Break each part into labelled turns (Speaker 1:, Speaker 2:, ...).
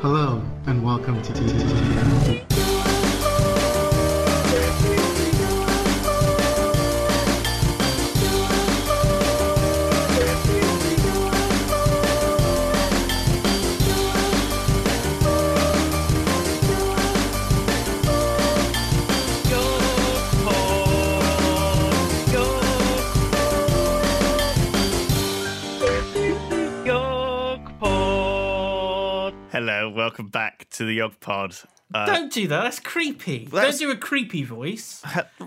Speaker 1: Hello, and welcome to TTT.
Speaker 2: Hello, welcome back to the Yog Pod. Uh,
Speaker 3: Don't do that. That's creepy.
Speaker 2: That's-
Speaker 3: Don't do a creepy voice.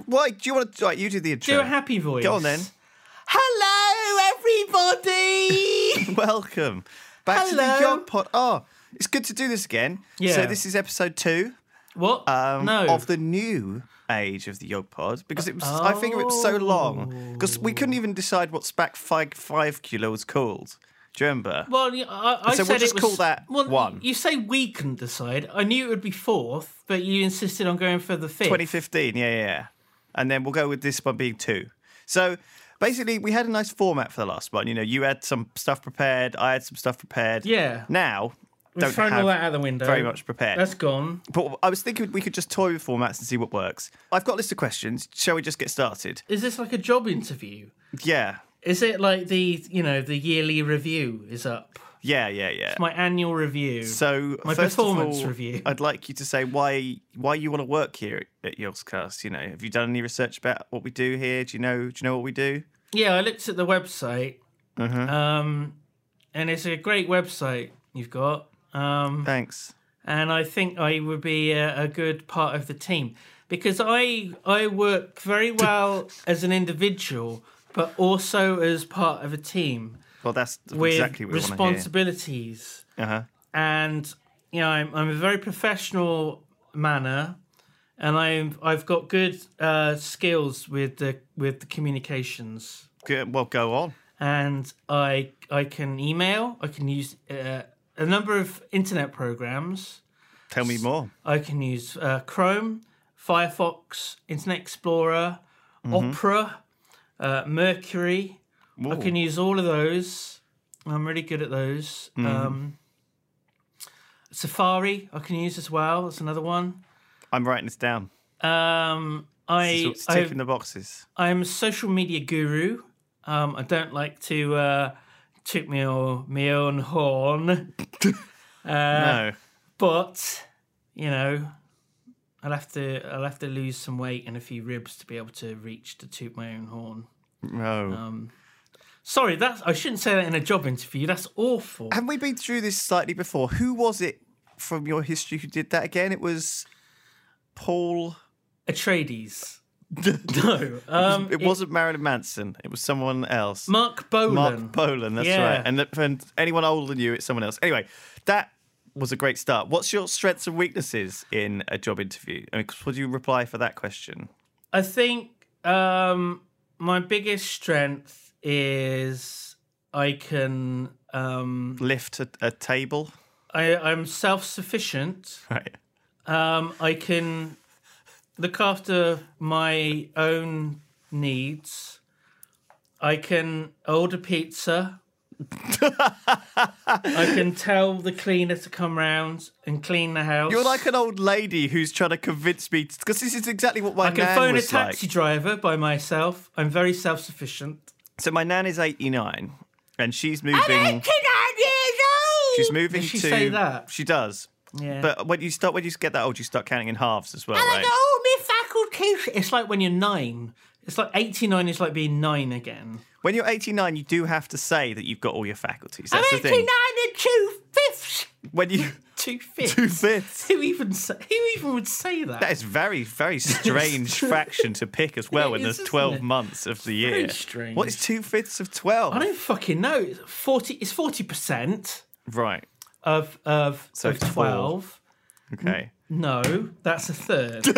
Speaker 2: why do you want to? Right, you do the intro.
Speaker 3: Do a happy voice.
Speaker 2: Go on then.
Speaker 3: Hello, everybody.
Speaker 2: Welcome back to the
Speaker 3: Hello.
Speaker 2: Yog Pod. Oh, it's good to do this again. So
Speaker 3: Yeah.
Speaker 2: this is episode two
Speaker 3: what?
Speaker 2: um,
Speaker 3: no.
Speaker 2: of the new age of the Yog Pod because it was. I figure it was so long because we
Speaker 3: Oh.
Speaker 2: couldn't even decide what Spac Five Five Kilo was called. Do you remember?
Speaker 3: well, y- I, I
Speaker 2: So we'll
Speaker 3: said
Speaker 2: just
Speaker 3: it was,
Speaker 2: call that
Speaker 3: well, y-
Speaker 2: one.
Speaker 3: You say we can decide. I knew it would be fourth, but you insisted on going for the fifth.
Speaker 2: 2015, yeah, yeah, yeah. And then we'll go with this one being two. So basically, we had a nice format for the last one. You know, you had some stuff prepared, I had some stuff prepared.
Speaker 3: Yeah.
Speaker 2: Now,
Speaker 3: We've
Speaker 2: don't
Speaker 3: thrown
Speaker 2: have
Speaker 3: all that out the window.
Speaker 2: very much prepared.
Speaker 3: That's gone.
Speaker 2: But I was thinking we could just toy with formats and see what works. I've got a list of questions. Shall we just get started?
Speaker 3: Is this like a job interview?
Speaker 2: Yeah,
Speaker 3: Is it like the you know the yearly review is up?
Speaker 2: yeah, yeah, yeah.
Speaker 3: My annual review.
Speaker 2: So
Speaker 3: my
Speaker 2: first
Speaker 3: performance
Speaker 2: of all,
Speaker 3: review.
Speaker 2: I'd like you to say why why you want to work here at Yogscast. You know, have you done any research about what we do here? Do you know Do you know what we do?
Speaker 3: Yeah, I looked at the website,
Speaker 2: Uh-huh.
Speaker 3: um, and it's a great website you've got. Um,
Speaker 2: Thanks.
Speaker 3: and I think I would be a, a good part of the team because I I work very well as an individual, but also as part of a team
Speaker 2: Well, that's
Speaker 3: with
Speaker 2: exactly what we want to
Speaker 3: responsibilities.
Speaker 2: hear. Uh-huh.
Speaker 3: And you know, I'm, I'm a very professional manner, and I'm I've got good uh, skills with the with the communications.
Speaker 2: Go- Well, go on.
Speaker 3: and I I can email. I can use uh, a number of internet programs.
Speaker 2: Tell me more.
Speaker 3: I can use uh, Chrome, Firefox, Internet Explorer, Opera, uh, Mercury. I oh, can use all of those. I'm really good at those. Um, Safari I can use as well. That's another one.
Speaker 2: I'm writing this down.
Speaker 3: Um,
Speaker 2: It's
Speaker 3: I
Speaker 2: all- it's
Speaker 3: I,
Speaker 2: ticking the boxes.
Speaker 3: I'm a social media guru. Um, I don't like to uh, toot me, o- me own horn, Uh,
Speaker 2: no.
Speaker 3: but you know, I'll have to I'll have to lose some weight and a few ribs to be able to reach to toot my own horn.
Speaker 2: No.
Speaker 3: um, Sorry, that's I shouldn't say that in a job interview. That's awful.
Speaker 2: Have we been through this slightly before? Who was it from your history who did that again? It was Paul.
Speaker 3: Atreides. no, um,
Speaker 2: It wasn't Marilyn Manson. It was someone else.
Speaker 3: Mark Bolan.
Speaker 2: Mark Bolan, that's
Speaker 3: Yeah.
Speaker 2: right. And if- and anyone older than you, it's someone else. Anyway, that was a great start. What's your strengths and weaknesses in a job interview? I mean, 'cause would you reply for that question?
Speaker 3: I think um, my biggest strength is I can. Um,
Speaker 2: Lift a, a table?
Speaker 3: I, I'm self sufficient.
Speaker 2: Right.
Speaker 3: Um, I can look after my own needs. I can order pizza. I can tell the cleaner to come round and clean the house.
Speaker 2: You're like an old lady who's trying to convince me because this is exactly what my
Speaker 3: I can
Speaker 2: nan
Speaker 3: phone a
Speaker 2: was
Speaker 3: taxi
Speaker 2: like.
Speaker 3: driver by myself. I'm very self sufficient.
Speaker 2: So my nan is 89, and she's moving. She's moving
Speaker 3: Does she
Speaker 2: to.
Speaker 3: say that?
Speaker 2: She does.
Speaker 3: Yeah.
Speaker 2: But when you start when you get that old, you start counting in halves as well, right?
Speaker 3: oh, my faculties. It's like when you're nine. It's like 89 is like being nine again.
Speaker 2: When you're 89, you do have to say that you've got all your faculties. That's the thing.
Speaker 3: and two fifths.
Speaker 2: When you
Speaker 3: Two fifths.
Speaker 2: two fifths.
Speaker 3: Who even say, who even would say that?
Speaker 2: That is very, very strange fraction to pick as well
Speaker 3: It
Speaker 2: when
Speaker 3: is,
Speaker 2: there's
Speaker 3: isn't
Speaker 2: 12
Speaker 3: it?
Speaker 2: months of the year.
Speaker 3: strange.
Speaker 2: What is two fifths of 12?
Speaker 3: I don't fucking know. It's Forty. It's forty percent
Speaker 2: Right.
Speaker 3: of of,
Speaker 2: So
Speaker 3: of
Speaker 2: four.
Speaker 3: twelve.
Speaker 2: Okay.
Speaker 3: No, that's a third.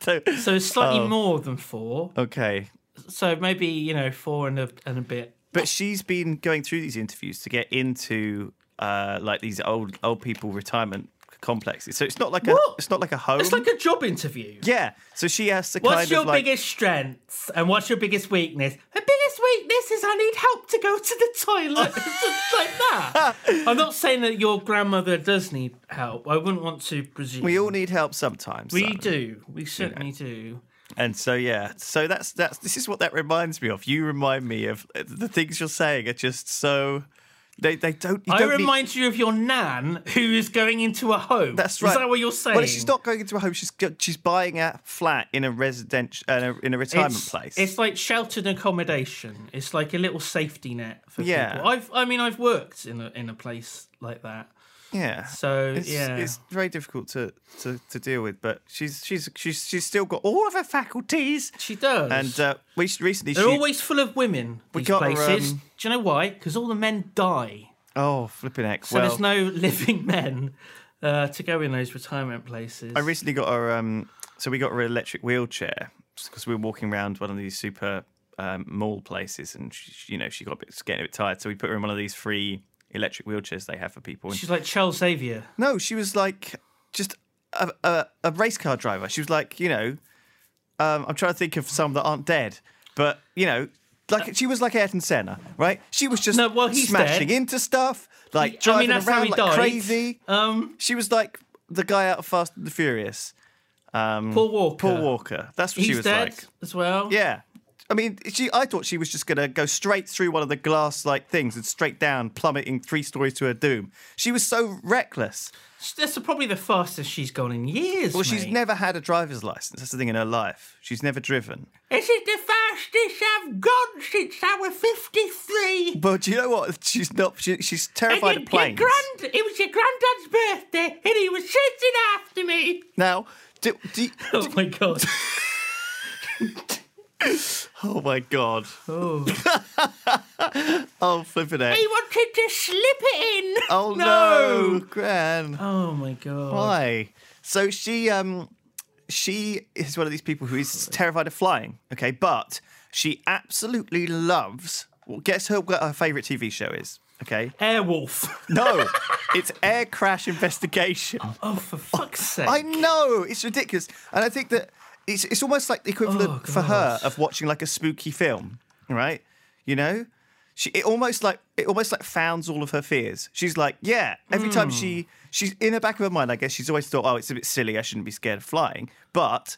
Speaker 2: So- oh.
Speaker 3: so it's slightly more than four.
Speaker 2: okay.
Speaker 3: So maybe you know four and a and a bit.
Speaker 2: But she's been going through these interviews to get into uh, like these old old people retirement complexes. So it's not like a
Speaker 3: What?
Speaker 2: it's not like a home.
Speaker 3: It's like a job interview.
Speaker 2: yeah. So she has to kind
Speaker 3: What's your
Speaker 2: of like
Speaker 3: biggest strengths and what's your biggest weakness? My biggest weakness is I need help to go to the toilet. It's just like that. I'm not saying that your grandmother does need help. I wouldn't want to presume.
Speaker 2: we all need help sometimes.
Speaker 3: We
Speaker 2: Simon.
Speaker 3: do. We certainly do.
Speaker 2: And so yeah, so that's that's this is what that reminds me of. You remind me of uh, the things you're saying are just so they they don't. You
Speaker 3: I
Speaker 2: don't need-
Speaker 3: remind you of your nan who is going into a home.
Speaker 2: that's right.
Speaker 3: Is that what you're saying?
Speaker 2: Well, she's not going into a home. She's go- she's buying a flat in a residential in a, in a retirement
Speaker 3: it's,
Speaker 2: place.
Speaker 3: It's like sheltered accommodation. It's like a little safety net for
Speaker 2: Yeah.
Speaker 3: people. I've, I mean, I've worked in a in a place like that.
Speaker 2: yeah.
Speaker 3: So
Speaker 2: It's,
Speaker 3: yeah,
Speaker 2: it's very difficult to, to, to deal with, but she's she's she's she's still got all of her faculties.
Speaker 3: she does.
Speaker 2: And uh, we recently
Speaker 3: They're
Speaker 2: she
Speaker 3: always full of women. These
Speaker 2: got her,
Speaker 3: places.
Speaker 2: um,
Speaker 3: Do you know why? Because all the men die,
Speaker 2: oh flipping heck.
Speaker 3: so
Speaker 2: well,
Speaker 3: there's no living men uh, to go in those retirement places.
Speaker 2: I recently got her. Um, so we got her an electric wheelchair because we were walking around one of these super um, mall places, and she, she- you know she got a bit, getting a bit tired, so we put her in one of these free electric wheelchairs they have for people. And
Speaker 3: She's like Charles Xavier.
Speaker 2: No, she was like just a, a, a race car driver. She was like, you know, um, I'm trying to think of some that aren't dead, but you know, like she was like Ayrton Senna, right? She was just
Speaker 3: No, well, he's
Speaker 2: smashing
Speaker 3: dead.
Speaker 2: into stuff,
Speaker 3: I
Speaker 2: like
Speaker 3: mean,
Speaker 2: driving
Speaker 3: that's how
Speaker 2: around
Speaker 3: he
Speaker 2: like
Speaker 3: died.
Speaker 2: crazy.
Speaker 3: Um,
Speaker 2: She was like the guy out of Fast and the Furious,
Speaker 3: Paul Walker.
Speaker 2: Mm. Paul Walker. That's what
Speaker 3: He's
Speaker 2: she was
Speaker 3: dead
Speaker 2: like.
Speaker 3: as well.
Speaker 2: Yeah. I mean, she. I thought she was just gonna go straight through one of the glass-like things and straight down, plummeting three stories to her doom. She was so reckless.
Speaker 3: That's probably the fastest she's gone in years.
Speaker 2: Well, she's
Speaker 3: mate.
Speaker 2: never had a driver's license. That's the thing in her life. She's never driven.
Speaker 3: This is the fastest I've gone since I was 53.
Speaker 2: But you know what? She's not. She, she's
Speaker 3: And
Speaker 2: terrified
Speaker 3: your,
Speaker 2: of
Speaker 3: your
Speaker 2: planes.
Speaker 3: grand, it was your granddad's birthday, and he was chasing after me.
Speaker 2: now, do, do,
Speaker 3: Oh my god!
Speaker 2: oh my god!
Speaker 3: Oh.
Speaker 2: Oh flipping heck!
Speaker 3: he wanted to slip it in.
Speaker 2: Oh no, Gran!
Speaker 3: Oh my god!
Speaker 2: Why? So she um she is one of these people who is terrified of flying. Okay, but she absolutely loves. Well, guess her what her favorite TV show is. Okay,
Speaker 3: Airwolf.
Speaker 2: no, it's Air Crash Investigation.
Speaker 3: Oh, for fuck's sake!
Speaker 2: I know it's ridiculous, and I think that it's it's almost like the equivalent
Speaker 3: Oh,
Speaker 2: for her
Speaker 3: God.
Speaker 2: of watching like a spooky film, right? You know, she it almost like it almost like founds all of her fears. She's like, yeah, every time she she's in the back of her mind, I guess she's always thought, oh, it's a bit silly, I shouldn't be scared of flying, but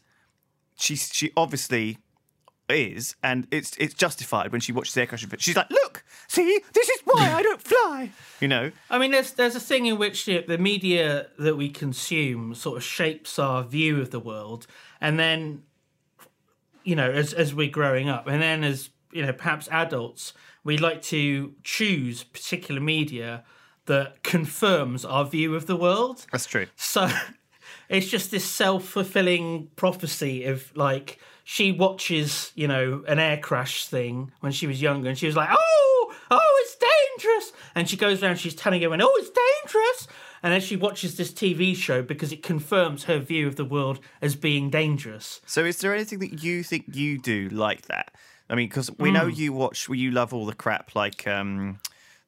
Speaker 2: she she obviously is, and it's it's justified when she watches Air Crash. Inv- She's like, look, see, this is why I don't fly, you know.
Speaker 3: I mean, there's there's a thing in which the, the media that we consume sort of shapes our view of the world, and then, you know, as as we're growing up, and then as you know, perhaps adults, we like to choose particular media that confirms our view of the world.
Speaker 2: That's true.
Speaker 3: So it's just this self fulfilling prophecy of like she watches, you know, an air crash thing when she was younger and she was like, Oh, oh, it's dangerous. And she goes around, she's telling everyone, Oh, it's dangerous. And then she watches this TV show because it confirms her view of the world as being dangerous.
Speaker 2: So, is there anything that you think you do like that? I mean, because we
Speaker 3: Hmm.
Speaker 2: know you watch, well, you love all the crap like, um,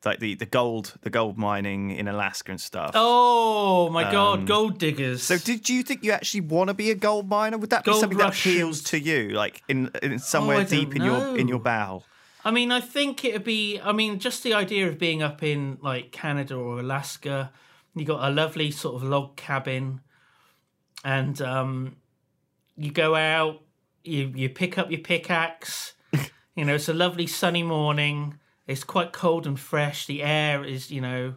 Speaker 2: like the, the gold, the gold mining in Alaska and stuff.
Speaker 3: Oh my God, gold diggers.
Speaker 2: So, did you think you actually want to be a gold miner? Would that be
Speaker 3: Gold
Speaker 2: something that appeals
Speaker 3: Russians.
Speaker 2: to you, like in, in
Speaker 3: Oh,
Speaker 2: somewhere
Speaker 3: I don't
Speaker 2: deep in your in your
Speaker 3: know.
Speaker 2: bowel?
Speaker 3: I mean, I think it'd be. I mean, just the idea of being up in like Canada or Alaska, you got a lovely sort of log cabin, and um, you go out, you you pick up your pickaxe. you know, it's a lovely sunny morning. It's quite cold and fresh. The air is, you know,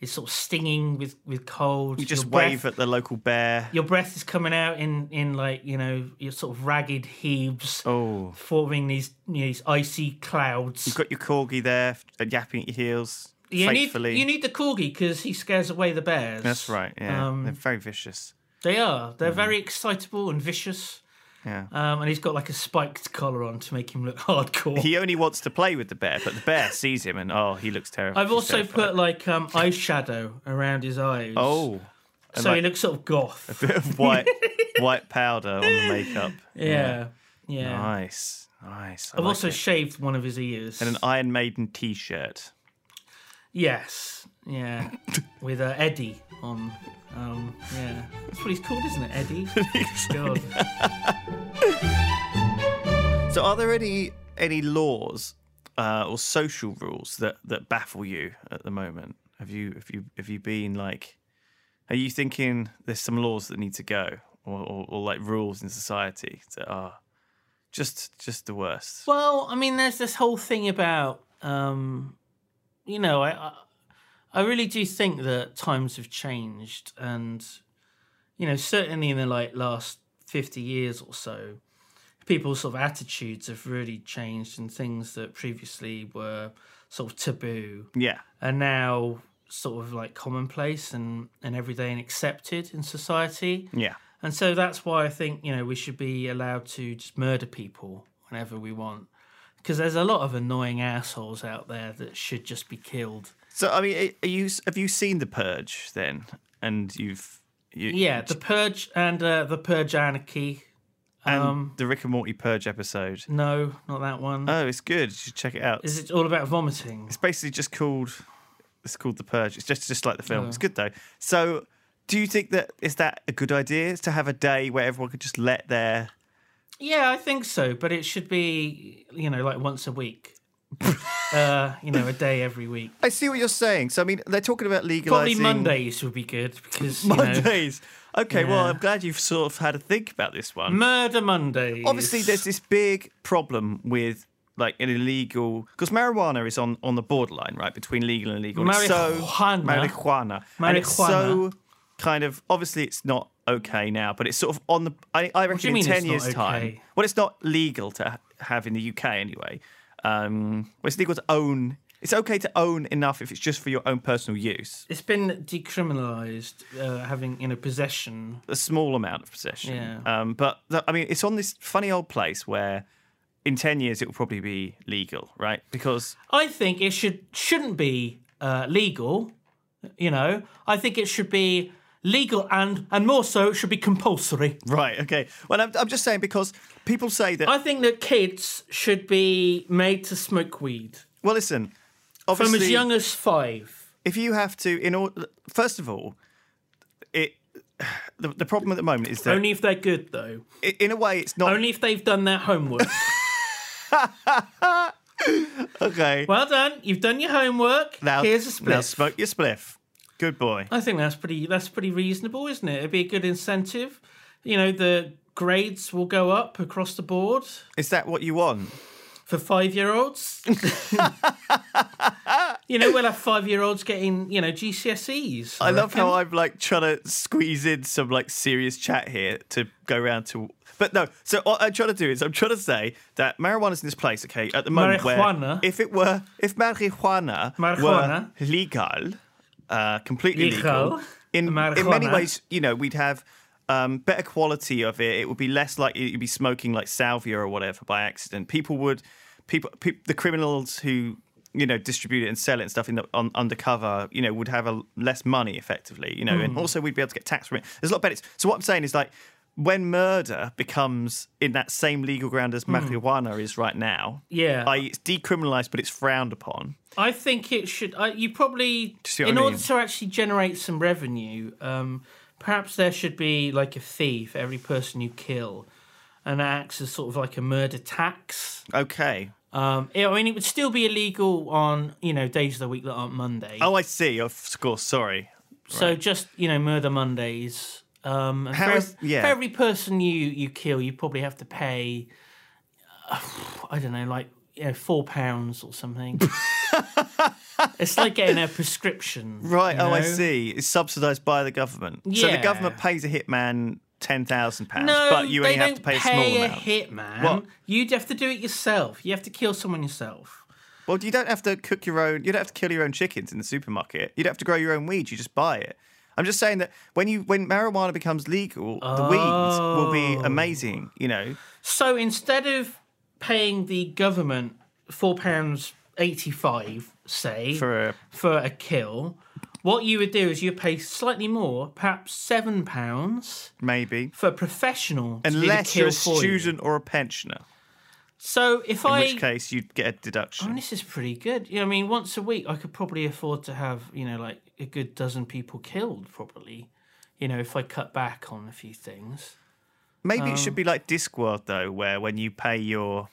Speaker 3: is sort of stinging with with cold.
Speaker 2: You just
Speaker 3: Your breath-
Speaker 2: wave at the local bear.
Speaker 3: your breath is coming out in in like you know your sort of ragged heaves,
Speaker 2: Oh,
Speaker 3: forming these you know, these icy clouds.
Speaker 2: you've got your corgi there uh, yapping at your heels.
Speaker 3: You
Speaker 2: faithfully.
Speaker 3: need you need the corgi because he scares away the bears.
Speaker 2: That's right. Yeah, Mm.
Speaker 3: Um,
Speaker 2: they're very vicious.
Speaker 3: They are. They're very excitable and vicious.
Speaker 2: Yeah.
Speaker 3: Um, and he's got like a spiked collar on to make him look hardcore.
Speaker 2: He only wants to play with the bear, but the bear sees him and oh, he looks terrible.
Speaker 3: I've also put like um, eyeshadow around his eyes.
Speaker 2: oh,
Speaker 3: so he looks sort of goth.
Speaker 2: bit of white white powder on the makeup.
Speaker 3: Yeah, yeah.
Speaker 2: Nice, nice. I
Speaker 3: I've
Speaker 2: like
Speaker 3: also
Speaker 2: it.
Speaker 3: shaved one of his ears.
Speaker 2: an Iron Maiden T-shirt.
Speaker 3: yes, yeah, with uh, Eddie on. Um, yeah, that's what he's called, isn't it, Eddie? God.
Speaker 2: So, are there any any laws uh, or social rules that that baffle you at the moment? Have you have you have you been like, are you thinking there's some laws that need to go, or, or, or like rules in society that are just just the worst?
Speaker 3: Well, I mean, there's this whole thing about, um, you know, I, I I really do think that times have changed, and you know, certainly in the like last fifty years or so, people's sort of attitudes have really changed, and things that previously were sort of taboo
Speaker 2: Yeah,
Speaker 3: are now sort of like commonplace and and everyday and accepted in society.
Speaker 2: yeah,
Speaker 3: And so that's why I think, you know, we should be allowed to just murder people whenever we want. Because there's a lot of annoying assholes out there that should just be killed.
Speaker 2: So I mean, are you have you seen the Purge then? And you've you,
Speaker 3: Yeah, The Purge and uh, The Purge Anarchy.
Speaker 2: and
Speaker 3: um,
Speaker 2: the Rick and Morty Purge episode.
Speaker 3: No, not that one.
Speaker 2: Oh, it's good. You should check it out.
Speaker 3: Is it all about vomiting?
Speaker 2: It's basically just called it's called the Purge. It's just just like the film. It's good though. So do you think that is that a good idea is to have a day where everyone could just let their
Speaker 3: Yeah, I think so. But it should be, you know, like once a week. uh, you know, a day every week.
Speaker 2: I see what you're saying. So I mean they're talking about
Speaker 3: Probably
Speaker 2: legalizing
Speaker 3: Mondays would be good because, you know,
Speaker 2: Mondays. Okay, well
Speaker 3: Yeah.
Speaker 2: I'm glad you've sort of had a think about this one.
Speaker 3: Murder Mondays.
Speaker 2: obviously there's this big problem with like an illegal because marijuana is on on the borderline right between legal and illegal It's so,
Speaker 3: Marijuana.
Speaker 2: marijuana and it's so
Speaker 3: Marijuana.
Speaker 2: kind of obviously it's not okay now but it's sort of on the i, I reckon
Speaker 3: you
Speaker 2: in
Speaker 3: mean
Speaker 2: 10
Speaker 3: it's not
Speaker 2: years time
Speaker 3: okay?
Speaker 2: well it's not legal to ha- have in the uk anyway um well, it's legal to own it's okay to own enough if it's just for your own personal use
Speaker 3: It's been decriminalised, uh, having you know possession.
Speaker 2: a small amount of possession.
Speaker 3: Yeah.
Speaker 2: Um, but th- I mean, it's on this funny old place where in 10 years it will probably be legal, right? Because
Speaker 3: I think it should shouldn't be uh, legal. You know, I think it should be legal and and more so it should be compulsory.
Speaker 2: right, okay. Well, I'm, I'm just saying because people say that.
Speaker 3: I think that kids should be made to smoke weed
Speaker 2: well, listen,
Speaker 3: from
Speaker 2: obviously,
Speaker 3: as young as five.
Speaker 2: if you have to, in order, first of all, it the, the problem at the moment is that
Speaker 3: Only if they're good though.
Speaker 2: i- in a way it's not
Speaker 3: Only if they've done their homework.
Speaker 2: okay.
Speaker 3: well done, you've done your homework.
Speaker 2: now,
Speaker 3: Here's a
Speaker 2: now
Speaker 3: split.
Speaker 2: smoke your spliff. Good boy.
Speaker 3: I think that's pretty that's pretty reasonable, isn't it? It'd be a good incentive. You know, the grades will go up across the board
Speaker 2: Is that what you want?
Speaker 3: for five year olds. you know, we'll have five year olds getting, you know, GCSEs.
Speaker 2: I love how
Speaker 3: reckon.
Speaker 2: I'm like trying to squeeze in some like serious chat here to go round to. But no, so what I'm trying to do is I'm trying to say that marijuana's in this place, okay, at the moment where
Speaker 3: Marijuana.
Speaker 2: if it were, if marijuana,
Speaker 3: Marijuana.
Speaker 2: were legal, uh, completely legal,
Speaker 3: Legal.
Speaker 2: in, in many
Speaker 3: Marijuana.
Speaker 2: ways, you know, we'd have um, better quality of it. It would be less likely you'd be smoking like salvia or whatever by accident. People would, people, peop the criminals who you know distribute it and sell it and stuff in the, on undercover, you know, would have a less money effectively. You know, and also we'd be able to get tax from it. There's a lot of benefits. So what I'm saying is like. When murder becomes in that same legal ground as marijuana is right now,
Speaker 3: Yeah.
Speaker 2: i.e., it's decriminalised but it's frowned upon.
Speaker 3: I think it should. I you probably,
Speaker 2: see
Speaker 3: in
Speaker 2: what I mean?
Speaker 3: order to actually generate some revenue, um, perhaps there should be like a fee for every person you kill, and that acts as sort of like a murder tax.
Speaker 2: Okay.
Speaker 3: Um, yeah, I mean, it would still be illegal on you know days of the week that aren't Monday.
Speaker 2: Oh, I see. Of course. Sorry.
Speaker 3: so just you know murder Mondays. Um, and
Speaker 2: How
Speaker 3: for,
Speaker 2: is- yeah.
Speaker 3: for every person you you kill, you probably have to pay. uh, I don't know, like you know, four pounds or something. it's like getting a prescription.
Speaker 2: Right.
Speaker 3: you
Speaker 2: Oh, I
Speaker 3: know?
Speaker 2: see. It's subsidised by the government. So the
Speaker 3: Yeah.
Speaker 2: government pays a hitman ten thousand pounds,
Speaker 3: No,
Speaker 2: but you
Speaker 3: they
Speaker 2: only
Speaker 3: don't
Speaker 2: have to pay, a small
Speaker 3: pay
Speaker 2: amount.
Speaker 3: hitman.
Speaker 2: What?
Speaker 3: You'd have to do it yourself. You have to kill someone yourself.
Speaker 2: Well, you don't have to cook your own. You don't have to kill your own chickens in the supermarket. You don't have to grow your own weed. You just buy it. I'm just saying that when you when marijuana becomes legal, the weeds will
Speaker 3: Oh.
Speaker 2: be amazing. You know.
Speaker 3: So instead of paying the government four pounds eighty-five, say
Speaker 2: For a-
Speaker 3: for a kill, what you would do is you pay slightly more, perhaps seven pounds,
Speaker 2: Maybe.
Speaker 3: for a professional to do the
Speaker 2: Unless
Speaker 3: kill
Speaker 2: you're a
Speaker 3: for you.
Speaker 2: student or a pensioner,
Speaker 3: So if
Speaker 2: in
Speaker 3: I,
Speaker 2: which case you'd get a
Speaker 3: I mean,
Speaker 2: deduction.
Speaker 3: this is pretty good. You know, I mean, once a week I could probably afford to have you know like a good dozen people killed, probably. you know, if I cut back on a few things.
Speaker 2: Maybe it should be like Discworld though, where when you pay your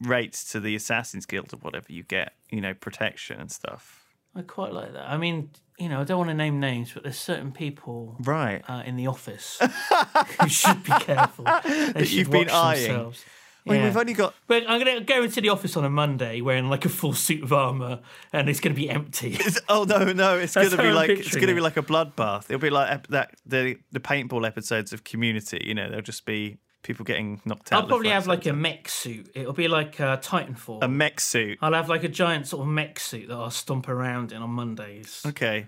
Speaker 2: rates to the Assassin's Guild or whatever, you get you know protection and stuff.
Speaker 3: I quite like that. I mean, you know, I don't want to name names, but there's certain people
Speaker 2: Right.
Speaker 3: uh, in the office who should be careful. They should
Speaker 2: you've been
Speaker 3: watch
Speaker 2: eyeing.
Speaker 3: themselves.
Speaker 2: I mean,
Speaker 3: Yeah.
Speaker 2: we've only got
Speaker 3: But I'm going to go into the office on a Monday wearing like a full suit of armor, and it's going to be empty.
Speaker 2: It's- oh no, no! It's
Speaker 3: That's
Speaker 2: gonna
Speaker 3: how
Speaker 2: be
Speaker 3: I'm
Speaker 2: like it's
Speaker 3: picturing
Speaker 2: gonna
Speaker 3: it.
Speaker 2: be like a bloodbath. It'll be like ep- that the the paintball episodes of Community. You know, there'll just be people getting knocked out.
Speaker 3: I'll
Speaker 2: left,
Speaker 3: probably
Speaker 2: right,
Speaker 3: have like
Speaker 2: centre.
Speaker 3: a mech suit. It'll be like uh, Titanfall.
Speaker 2: a mech suit.
Speaker 3: I'll have like a giant sort of mech suit that I'll stomp around in on Mondays.
Speaker 2: Okay.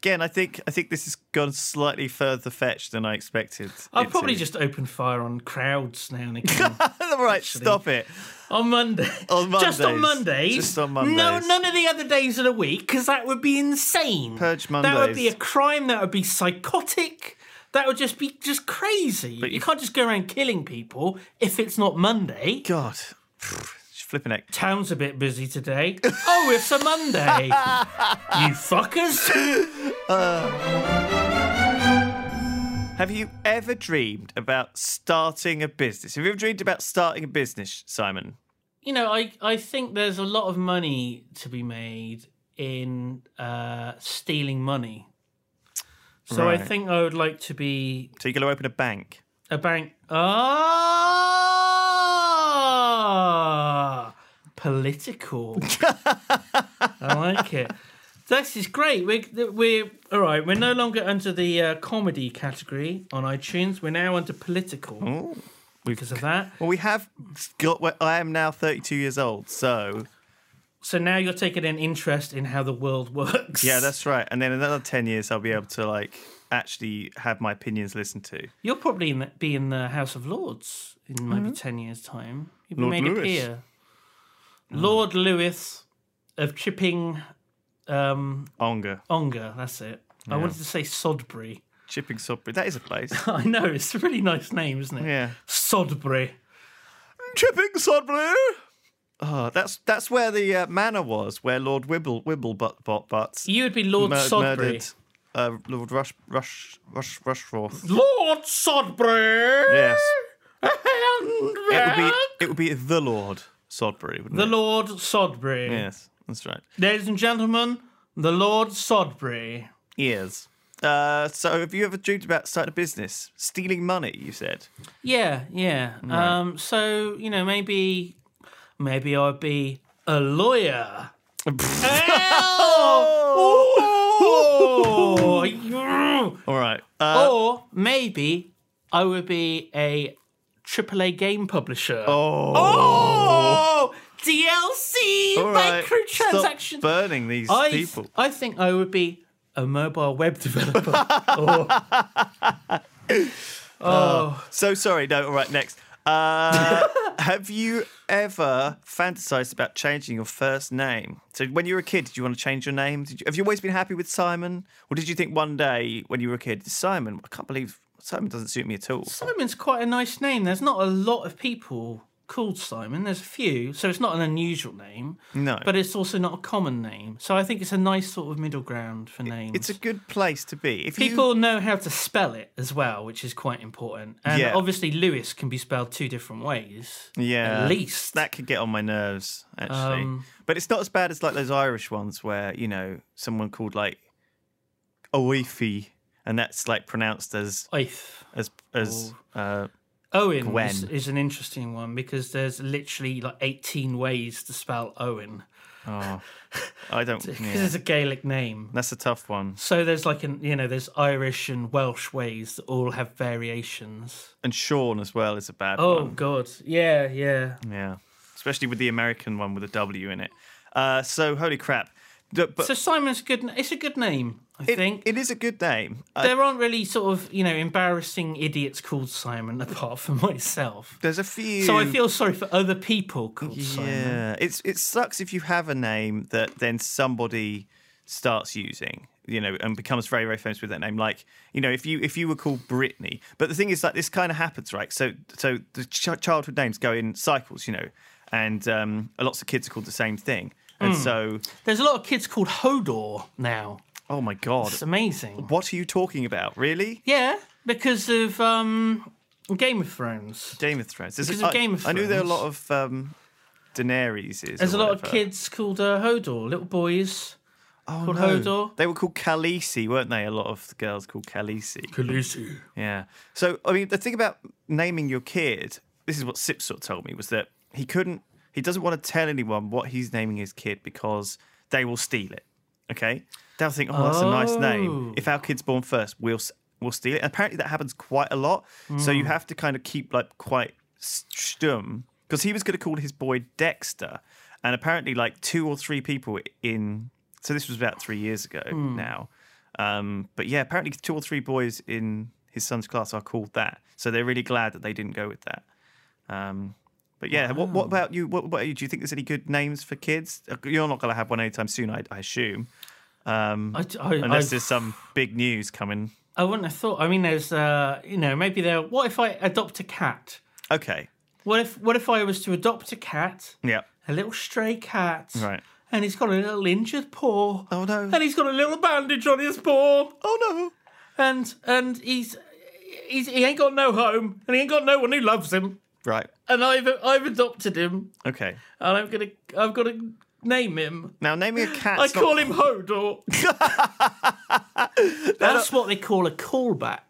Speaker 2: Again, I think I think this has gone slightly further fetched than I expected.
Speaker 3: I'll
Speaker 2: it to.
Speaker 3: probably just open fire on crowds now and again.
Speaker 2: All right, stop it.
Speaker 3: on Monday.
Speaker 2: On
Speaker 3: Just on
Speaker 2: Mondays.
Speaker 3: Mondays.
Speaker 2: Just on
Speaker 3: No,
Speaker 2: Mondays.
Speaker 3: none of the other days of the week, because that would be insane.
Speaker 2: Purge
Speaker 3: That would be
Speaker 2: Mondays.
Speaker 3: a crime. That would be psychotic. That would just be just crazy. you
Speaker 2: you-
Speaker 3: can't just go around killing people if it's not Monday.
Speaker 2: God, Just flipping it.
Speaker 3: Town's a bit busy today. oh, it's a Monday. you fuckers.
Speaker 2: Have you ever dreamed about starting a business? Have you ever dreamed about starting a business, Simon?
Speaker 3: You know, I, I think there's a lot of money to be made in uh, stealing money. So I
Speaker 2: Right.
Speaker 3: think I would like to be
Speaker 2: So you're gonna open a bank?
Speaker 3: A bank. Ah, political. I like it. This is great. We're, we're all right. We're no longer under the uh, comedy category on iTunes. We're now under political
Speaker 2: Ooh, we've
Speaker 3: because of that.
Speaker 2: Well, we have got. Well, I am now 32 years old, so
Speaker 3: So now you're taking an interest in how the world works.
Speaker 2: yeah, that's right. And then another 10 years, I'll be able to like actually have my opinions listened to.
Speaker 3: you'll probably in the, be in the House of Lords in maybe ten years' time. You'll be
Speaker 2: Lord
Speaker 3: made a
Speaker 2: Lewis. Oh.
Speaker 3: peer. Lord Lewis of Chipping. Um,
Speaker 2: Onga,
Speaker 3: Ongar, that's it. I wanted to say Sodbury.
Speaker 2: Chipping Sodbury. That is a place.
Speaker 3: I know, it's a really nice name, isn't it?
Speaker 2: Yeah,
Speaker 3: Sodbury.
Speaker 2: Chipping Sodbury. Oh, that's that's where the uh, manor was, where Lord Wibble Wibble but but but
Speaker 3: You would be Lord Sodbury.
Speaker 2: murdered uh, Lord Rush Rush Rush Rushforth.
Speaker 3: Lord Sodbury!
Speaker 2: Yes,
Speaker 3: And
Speaker 2: it would be
Speaker 3: back.
Speaker 2: it would be the Lord Sodbury, wouldn't
Speaker 3: The
Speaker 2: it?
Speaker 3: Lord Sodbury.
Speaker 2: Yes, that's right.
Speaker 3: Ladies and gentlemen, the Lord Sodbury.
Speaker 2: Yes. Uh, so, have you ever dreamed about starting a business? Stealing money, you said.
Speaker 3: Yeah, yeah. Um, so, you know, maybe maybe I'd be a lawyer. Oh!
Speaker 2: Oh! All right. Uh,
Speaker 3: Or maybe I would be a AAA game publisher. Oh, DLC
Speaker 2: Oh. all right. Stop
Speaker 3: Oh, microtransactions.
Speaker 2: burning these
Speaker 3: I,
Speaker 2: people.
Speaker 3: I think I would be a mobile web developer. Or- oh,
Speaker 2: So sorry. No. All right. Next. Uh, have you ever fantasized about changing your first name? So, when you were a kid, did you want to change your name? Did you, have you always been happy with Simon, or did you think one day when you were a kid, Simon? I can't believe Simon doesn't suit me at all.
Speaker 3: Simon's quite a nice name. There's not a lot of people called Simon. There's a few, so it's not an unusual name,
Speaker 2: No.
Speaker 3: but it's also not a common name. So I think it's a nice sort of middle ground for names.
Speaker 2: it's a good place to be. If you-
Speaker 3: People know how to spell it as well, which is quite important. And
Speaker 2: Yeah.
Speaker 3: obviously, Lewis can be spelled two different ways.
Speaker 2: Yeah.
Speaker 3: At least. Um,
Speaker 2: That could get on my nerves, actually. but it's not as bad as like those Irish ones where, you know, someone called like Oifi and that's like pronounced as
Speaker 3: Oif.
Speaker 2: as as
Speaker 3: Oh.
Speaker 2: uh
Speaker 3: Owen
Speaker 2: Gwen.
Speaker 3: is, is an interesting one because there's literally like 18 ways to spell Owen
Speaker 2: oh I don't
Speaker 3: because
Speaker 2: yeah.
Speaker 3: it's a Gaelic name.
Speaker 2: That's a tough one.
Speaker 3: So there's like an you know there's Irish and Welsh ways that all have variations.
Speaker 2: And Sean as well is a bad
Speaker 3: Oh
Speaker 2: one.
Speaker 3: god, yeah, yeah.
Speaker 2: Yeah. Especially with the American one with a W in it. Uh so holy crap. D- But
Speaker 3: So Simon's good. n- It's a good name, I
Speaker 2: it-
Speaker 3: think.
Speaker 2: it is a good name. Uh, I-
Speaker 3: there aren't really sort of you know embarrassing idiots called Simon apart from myself.
Speaker 2: there's a few
Speaker 3: So I feel sorry for other people called Simon.
Speaker 2: Yeah, it's it sucks if you have a name that then somebody starts using, you know, and becomes very very famous with that name. Like, you know, if you if you were called Brittany, but the thing is, like, this kind of happens, right? So so the ch- childhood names go in cycles, you know, and
Speaker 3: Hmm.
Speaker 2: um, lots of kids are called the same thing, and so
Speaker 3: There's a lot of kids called Hodor now.
Speaker 2: Oh my god.
Speaker 3: It's amazing.
Speaker 2: What are you talking about? Really?
Speaker 3: Yeah, because of um, Game of Thrones.
Speaker 2: Game of Thrones. There's-
Speaker 3: Because of
Speaker 2: I,
Speaker 3: Game of
Speaker 2: I knew there were a
Speaker 3: Thrones.
Speaker 2: lot of um, Daenerys.
Speaker 3: There's a lot of kids called uh, Hodor, little boys called Hodor.
Speaker 2: Oh, They were called Khaleesi, weren't they? A lot of the girls called Khaleesi.
Speaker 3: Khaleesi.
Speaker 2: Yeah. So I mean, the thing about naming your kid, this is what Sipsut told me, was that he couldn't, he doesn't want to tell anyone what he's naming his kid because they will steal it. Okay. They'll think, oh, that's a nice name.
Speaker 3: Oh.
Speaker 2: If our kid's born first, we'll s- we'll steal it. And apparently, that happens quite a lot. So you have to kind of keep like quite stum because he was going to call his boy Dexter, and apparently, like two or three people in. So this was about three years ago now. Um, but yeah, apparently two or three boys in his son's class are called that. So they're really glad that they didn't go with that. Um, but yeah, what, what about you? What, what do you think? There's any good names for kids? Uh, You're not going to have one anytime soon, I, I assume,
Speaker 3: I, I,
Speaker 2: unless
Speaker 3: I,
Speaker 2: there's some big news coming.
Speaker 3: I wouldn't have thought. I mean, there's, uh, you know, maybe there. What if I adopt a cat?
Speaker 2: Okay.
Speaker 3: What if, what if I was to adopt a cat,
Speaker 2: Yeah.
Speaker 3: a little stray cat,
Speaker 2: Right.
Speaker 3: and he's got a little injured paw,
Speaker 2: Oh no.
Speaker 3: and he's got a little bandage on his paw,
Speaker 2: Oh
Speaker 3: and and he's, he's he ain't got no home, and he ain't got no one who loves him,
Speaker 2: no. Right.
Speaker 3: and I've I've adopted him,
Speaker 2: Okay.
Speaker 3: and I'm gonna I've got to name him.
Speaker 2: Now naming a cat.
Speaker 3: I call him Hodor. That's what they call a callback.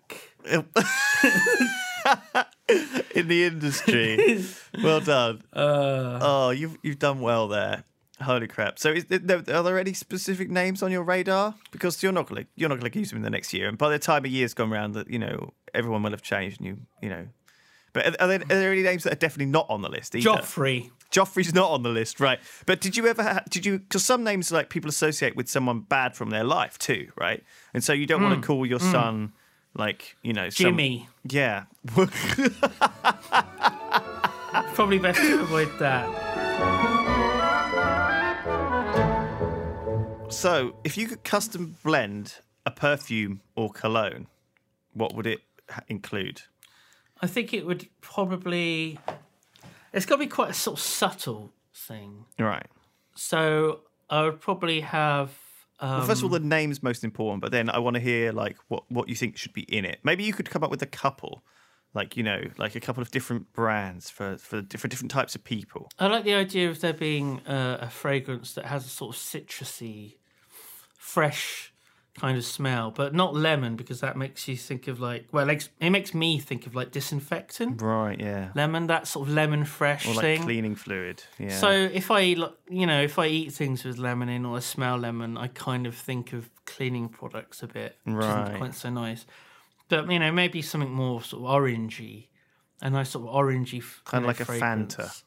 Speaker 2: in the industry. well done. oh, you've you've done well there. Holy crap! So, is there, are there any specific names on your radar? Because you're not gonna you're not gonna use them in the next year, and by the time a year's gone round, that you know everyone will have changed. And you you know, but are, are, there, are there any names that are definitely not on the list? Either?
Speaker 3: Joffrey.
Speaker 2: Joffrey's not on the list, right? But did you ever ha- did you because some names like people associate with someone bad from their life too, right? And so you don't want to call your son like you know some-
Speaker 3: Jimmy.
Speaker 2: yeah,
Speaker 3: Probably best to avoid that.
Speaker 2: So, if you could custom blend a perfume or cologne, what would it ha- include?
Speaker 3: I think it would probably. It's got to be quite a sort of subtle thing.
Speaker 2: Right.
Speaker 3: So I would probably have. Um,
Speaker 2: Well, first of all, the name's most important, but then I want to hear like what what you think should be in it. Maybe you could come up with a couple, like you know, like a couple of different brands for for different different types of people.
Speaker 3: I like the idea of there being a, a fragrance that has a sort of citrusy, fresh kind of smell, but not lemon because that makes you think of like. Well, it makes, it makes me think of like disinfectant.
Speaker 2: Right. Yeah.
Speaker 3: Lemon, that sort of lemon fresh
Speaker 2: Or like
Speaker 3: thing.
Speaker 2: cleaning fluid. Yeah.
Speaker 3: So if I, lo- you know, if I eat things with lemon in or I smell lemon, I kind of think of cleaning products a bit, which
Speaker 2: Right.
Speaker 3: isn't quite so nice. But you know, maybe something more sort of orangey, a nice sort of orangey,
Speaker 2: Kinda like a Fanta.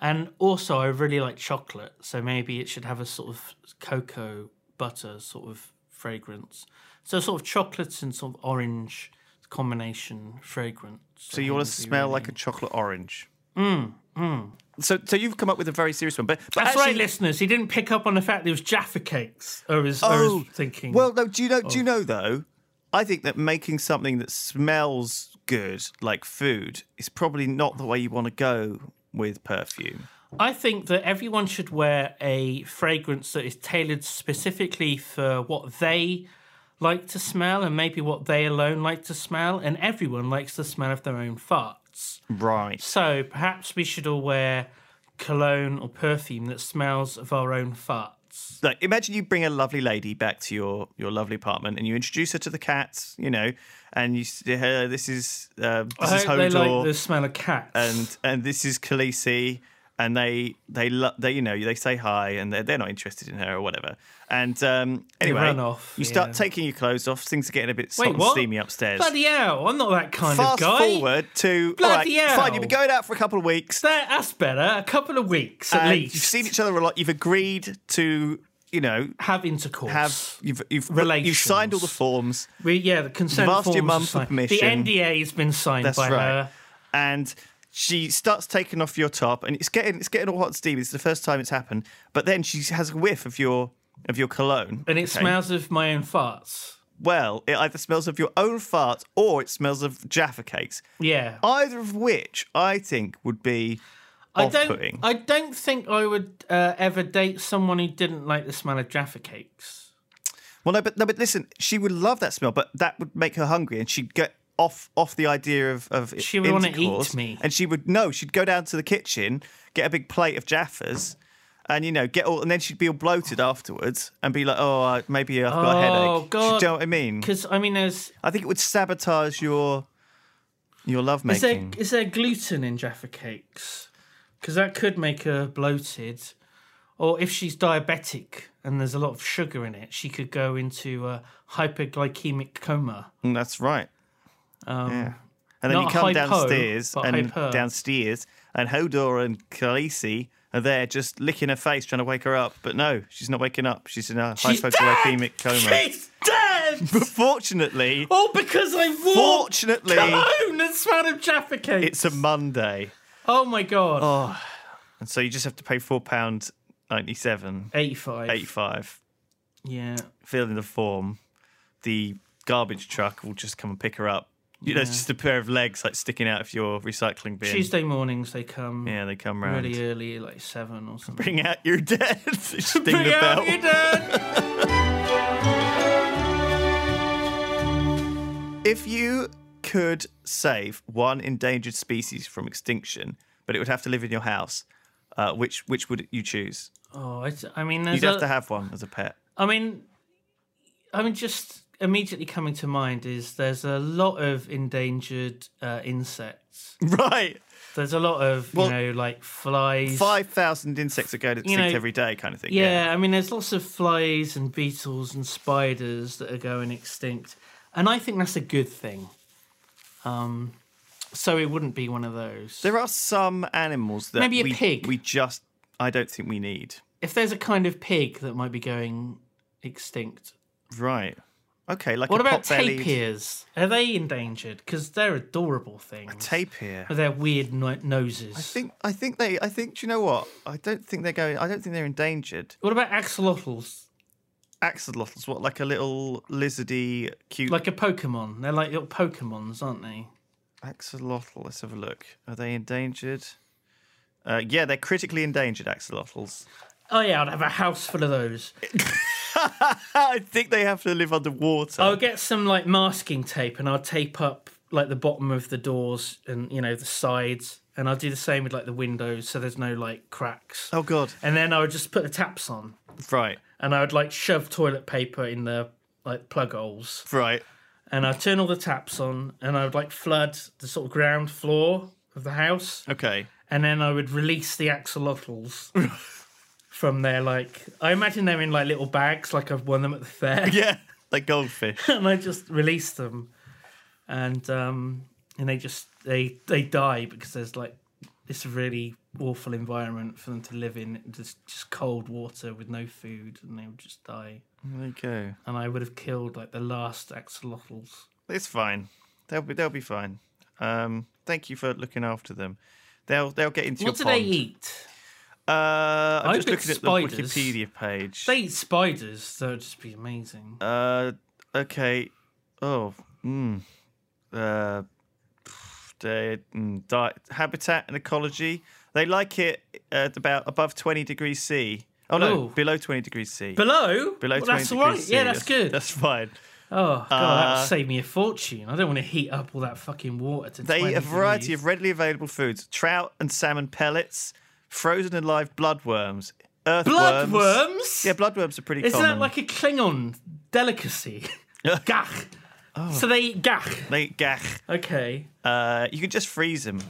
Speaker 3: And also, I really like chocolate, so maybe it should have a sort of cocoa butter sort of fragrance. So sort of chocolate and sort of orange combination fragrance.
Speaker 2: So you want
Speaker 3: Mm.
Speaker 2: to smell like a chocolate orange. Mm, So, so you've come up with a very serious one, but, but
Speaker 3: That's
Speaker 2: actually,
Speaker 3: right, listeners. He didn't pick up on the fact that it was Jaffa cakes or his, or his thinking.
Speaker 2: oh, Well, no, do you know? Do you know though? I think that making something that smells good, like food, is probably not the way you want to go with perfume.
Speaker 3: I think that everyone should wear a fragrance that is tailored specifically for what they like to smell and maybe what they alone like to smell. And everyone likes the smell of their own farts.
Speaker 2: Right.
Speaker 3: So perhaps we should all wear cologne or perfume that smells of our own farts.
Speaker 2: Like, imagine you bring a lovely lady back to your your lovely apartment, and you introduce her to the cats. You know, and you say, "Hey, "This is uh, this
Speaker 3: I
Speaker 2: is
Speaker 3: hope they like
Speaker 2: Hodor,
Speaker 3: the smell of cats.
Speaker 2: and and this is Khaleesi." And they they lo- they you know they say hi and they're, they're not interested in her or whatever. And um, anyway,
Speaker 3: run off,
Speaker 2: you start
Speaker 3: yeah.
Speaker 2: taking your clothes off. Things are getting a bit
Speaker 3: Wait,
Speaker 2: hot and
Speaker 3: what?
Speaker 2: steamy upstairs.
Speaker 3: Bloody hell! I'm not that kind
Speaker 2: Fast
Speaker 3: of guy.
Speaker 2: forward to all right,
Speaker 3: Bloody hell.
Speaker 2: fine. You've been going out for a couple of weeks.
Speaker 3: That, that's better. A couple of weeks at
Speaker 2: and
Speaker 3: least.
Speaker 2: You've seen each other a lot. You've agreed to you know
Speaker 3: have intercourse.
Speaker 2: have you've you've
Speaker 3: Relations.
Speaker 2: you've signed all the forms.
Speaker 3: we, yeah, the consent
Speaker 2: You've asked your
Speaker 3: forms
Speaker 2: mum
Speaker 3: are
Speaker 2: for
Speaker 3: signed. The
Speaker 2: permission.
Speaker 3: NDA has been signed
Speaker 2: That's
Speaker 3: by
Speaker 2: right.
Speaker 3: her.
Speaker 2: And she starts taking off your top, and it's getting it's getting all hot and steamy. It's the first time it's happened. But then she has a whiff of your of your cologne,
Speaker 3: And it
Speaker 2: Okay.
Speaker 3: smells of my own farts.
Speaker 2: Well, it either smells of your own fart or it smells of Jaffa cakes.
Speaker 3: Yeah.
Speaker 2: Either of which I think would be
Speaker 3: I
Speaker 2: off-putting.
Speaker 3: don't I don't think I would uh, ever date someone who didn't like the smell of Jaffa cakes.
Speaker 2: Well, no, but no, but listen, she would love that smell, but that would make her hungry, and she'd get off off the idea of of
Speaker 3: She would wanna eat
Speaker 2: intercourse,
Speaker 3: me.
Speaker 2: and she would no, she'd go down to the kitchen, get a big plate of Jaffas. And you know, get all, and then she'd be all bloated afterwards, and be like, "Oh, I- maybe I've got a headache."
Speaker 3: Oh,
Speaker 2: She-
Speaker 3: God.
Speaker 2: Do you know what I mean?
Speaker 3: Because I mean, there's
Speaker 2: I think it would sabotage your your
Speaker 3: is there
Speaker 2: lovemaking.
Speaker 3: is there gluten in Jaffa cakes? Because that could make her bloated, or if she's diabetic and there's a lot of sugar in it, she could go into a hyperglycemic coma.
Speaker 2: Mm, That's right. yeah. And then
Speaker 3: Um, not
Speaker 2: you come
Speaker 3: hypo,
Speaker 2: downstairs
Speaker 3: but
Speaker 2: and
Speaker 3: hyper.
Speaker 2: downstairs, and Hodor and Khaleesi are there just licking her face, trying to wake her up. But no, she's not waking up. She's in a
Speaker 3: She's
Speaker 2: hypoglycemic
Speaker 3: dead!
Speaker 2: coma.
Speaker 3: She's Oh, dead.
Speaker 2: But fortunately,
Speaker 3: All because I wore
Speaker 2: fortunately,
Speaker 3: cologne and smelled of Jaffa cakes.
Speaker 2: it's a Monday,
Speaker 3: oh my god.
Speaker 2: and so you just have to pay four pound ninety seven,
Speaker 3: 85.
Speaker 2: eighty five.
Speaker 3: Yeah.
Speaker 2: Fill in the form. The garbage truck will just come and pick her up. You know, it's just a pair of legs like sticking out of your recycling bin.
Speaker 3: Tuesday mornings they come
Speaker 2: yeah, they come round.
Speaker 3: really early, like seven or something.
Speaker 2: Bring out your dead. Just ding the
Speaker 3: out
Speaker 2: bell.
Speaker 3: your dad.
Speaker 2: If you could save one endangered species from extinction, but it would have to live in your house, uh, which which would you choose?
Speaker 3: oh, it's, I mean, there's
Speaker 2: You'd
Speaker 3: a,
Speaker 2: have to have one as a pet.
Speaker 3: I mean, I mean, just immediately coming to mind is there's a lot of endangered uh, insects.
Speaker 2: Right.
Speaker 3: There's a lot of
Speaker 2: Well,
Speaker 3: you know like flies.
Speaker 2: Five thousand insects are going extinct
Speaker 3: know,
Speaker 2: every day, kind of thing.
Speaker 3: Yeah, I mean, there's lots of flies and beetles and spiders that are going extinct, and I think that's a good thing. Um, so it wouldn't be one of those.
Speaker 2: There are some animals that
Speaker 3: Maybe a
Speaker 2: we,
Speaker 3: pig.
Speaker 2: we just I don't think we need.
Speaker 3: if there's a kind of pig that might be going extinct.
Speaker 2: Right. Okay, like
Speaker 3: What
Speaker 2: a
Speaker 3: about
Speaker 2: pot-bellied-
Speaker 3: tapirs? Are they endangered? Because they're adorable things.
Speaker 2: Tapir.
Speaker 3: with their weird no- noses.
Speaker 2: I think I think they I think do you know what? I don't think they're going I don't think they're endangered.
Speaker 3: what about axolotls?
Speaker 2: Axolotls, what like a little lizardy cute
Speaker 3: Like a Pokemon. They're like little Pokemons, aren't they?
Speaker 2: Axolotl. Let's have a look. Are they endangered? Uh, yeah, they're critically endangered axolotls.
Speaker 3: Oh, yeah, I'd have a house full of those.
Speaker 2: I think they have to live underwater.
Speaker 3: I'll get some like masking tape and I'll tape up like the bottom of the doors and, you know, the sides. And I'll do the same with like the windows so there's no like cracks.
Speaker 2: Oh god!
Speaker 3: And then I would just put the taps on
Speaker 2: Right,
Speaker 3: and I would like shove toilet paper in the like plug holes.
Speaker 2: right.
Speaker 3: and I'd turn all the taps on, and I would like flood the sort of ground floor of the house,
Speaker 2: Okay.
Speaker 3: and then I would release the axolotls from their like. I imagine they're in like little bags, like I've won them at the fair,
Speaker 2: Yeah, like goldfish.
Speaker 3: and I just release them, and um, and they just they they die because there's like this really awful environment for them to live in, just just cold water with no food, and they would just die.
Speaker 2: there you go.
Speaker 3: And I would have killed like the last axolotls.
Speaker 2: It's fine. They'll be they'll be fine. Um, thank you for looking after them. They'll they'll get into
Speaker 3: What do
Speaker 2: your
Speaker 3: they
Speaker 2: pond.
Speaker 3: eat?
Speaker 2: Uh, I'm
Speaker 3: I
Speaker 2: just
Speaker 3: bet
Speaker 2: looking at the
Speaker 3: spiders-
Speaker 2: Wikipedia page.
Speaker 3: They eat spiders, that would just be amazing.
Speaker 2: Uh, okay. Oh, mm. Uh, they, mm, di- habitat and ecology. They like it at about above 20 degrees C. Oh, no,
Speaker 3: Ooh.
Speaker 2: below 20 degrees C.
Speaker 3: Below?
Speaker 2: below
Speaker 3: Well,
Speaker 2: 20
Speaker 3: that's all
Speaker 2: degrees
Speaker 3: right.
Speaker 2: C.
Speaker 3: Yeah, that's, good.
Speaker 2: That's fine.
Speaker 3: oh, God, that
Speaker 2: Uh,
Speaker 3: would save me a fortune. I don't want to heat up all that fucking water to
Speaker 2: They eat
Speaker 3: 20
Speaker 2: a variety
Speaker 3: degrees.
Speaker 2: of readily available foods trout and salmon pellets, frozen and live bloodworms, earthworms.
Speaker 3: Bloodworms?
Speaker 2: Yeah, bloodworms are pretty
Speaker 3: Isn't
Speaker 2: common.
Speaker 3: that like a Klingon delicacy? gach.
Speaker 2: Oh.
Speaker 3: So they eat gach.
Speaker 2: They gach.
Speaker 3: Okay.
Speaker 2: Uh, you could just freeze them,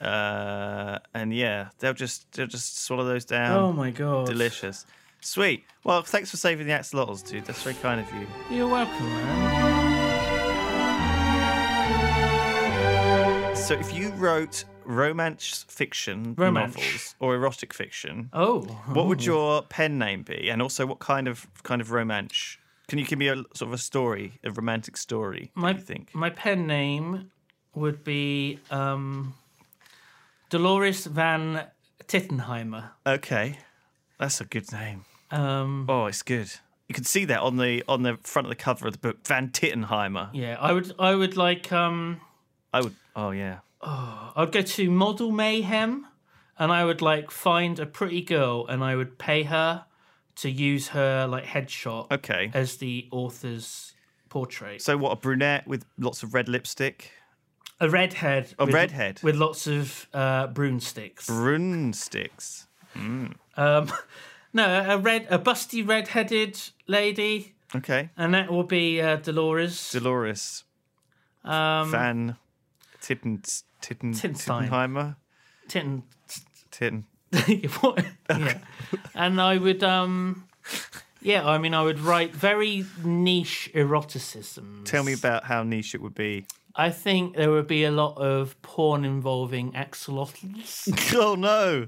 Speaker 2: uh, and yeah, they'll just they'll just swallow those down.
Speaker 3: oh, my God.
Speaker 2: Delicious, sweet. Well, thanks for saving the axolotls, dude. That's very kind of you.
Speaker 3: You're welcome, man.
Speaker 2: So, if you wrote romance fiction
Speaker 3: Romance.
Speaker 2: novels or erotic fiction,
Speaker 3: Oh.
Speaker 2: what would your pen name be? And also, what kind of kind of romance? Can you give me a sort of a story, a romantic story?
Speaker 3: my,
Speaker 2: do you think?
Speaker 3: my pen name would be um, Dolores Van Tittenheimer.
Speaker 2: Okay, that's a good name.
Speaker 3: Um,
Speaker 2: Oh, it's good. You can see that on the on the front of the cover of the book, Van Tittenheimer.
Speaker 3: Yeah, I would. I would like. Um,
Speaker 2: I would. Oh yeah.
Speaker 3: I'd go to Model Mayhem, and I would like find a pretty girl, and I would pay her to use her like headshot
Speaker 2: Okay.
Speaker 3: as the author's portrait.
Speaker 2: So what? A brunette with lots of red lipstick.
Speaker 3: a redhead. A
Speaker 2: redhead.
Speaker 3: with lots of uh, broomsticks.
Speaker 2: Brun sticks.
Speaker 3: Um, no, a red, a busty red-headed lady,
Speaker 2: Okay.
Speaker 3: and that will be uh, Dolores.
Speaker 2: Dolores
Speaker 3: um,
Speaker 2: Van Titten Titten
Speaker 3: Tinstein.
Speaker 2: Tittenheimer
Speaker 3: Tin.
Speaker 2: Titten.
Speaker 3: What? yeah, and I would, um, yeah, I mean, I would write very niche eroticism.
Speaker 2: Tell me about how niche it would be.
Speaker 3: I think there would be a lot of porn involving axolotls.
Speaker 2: oh no!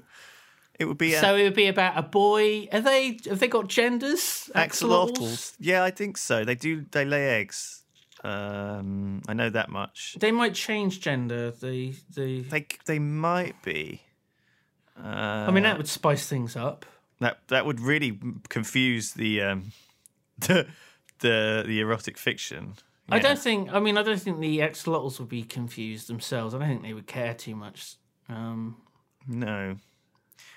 Speaker 2: It would be a-
Speaker 3: So it would be about a boy. Are they? Have they got genders?
Speaker 2: axolotls. Yeah, I think so. They do. They lay eggs. Um, I know that much.
Speaker 3: They might change gender. The the.
Speaker 2: They they might be.
Speaker 3: I mean, that would spice things up.
Speaker 2: That that would really confuse the um, the the, the erotic fiction.
Speaker 3: I
Speaker 2: Yeah.
Speaker 3: don't think. I mean, I don't think the axolotls would be confused themselves. I don't think they would care too much. Um,
Speaker 2: No.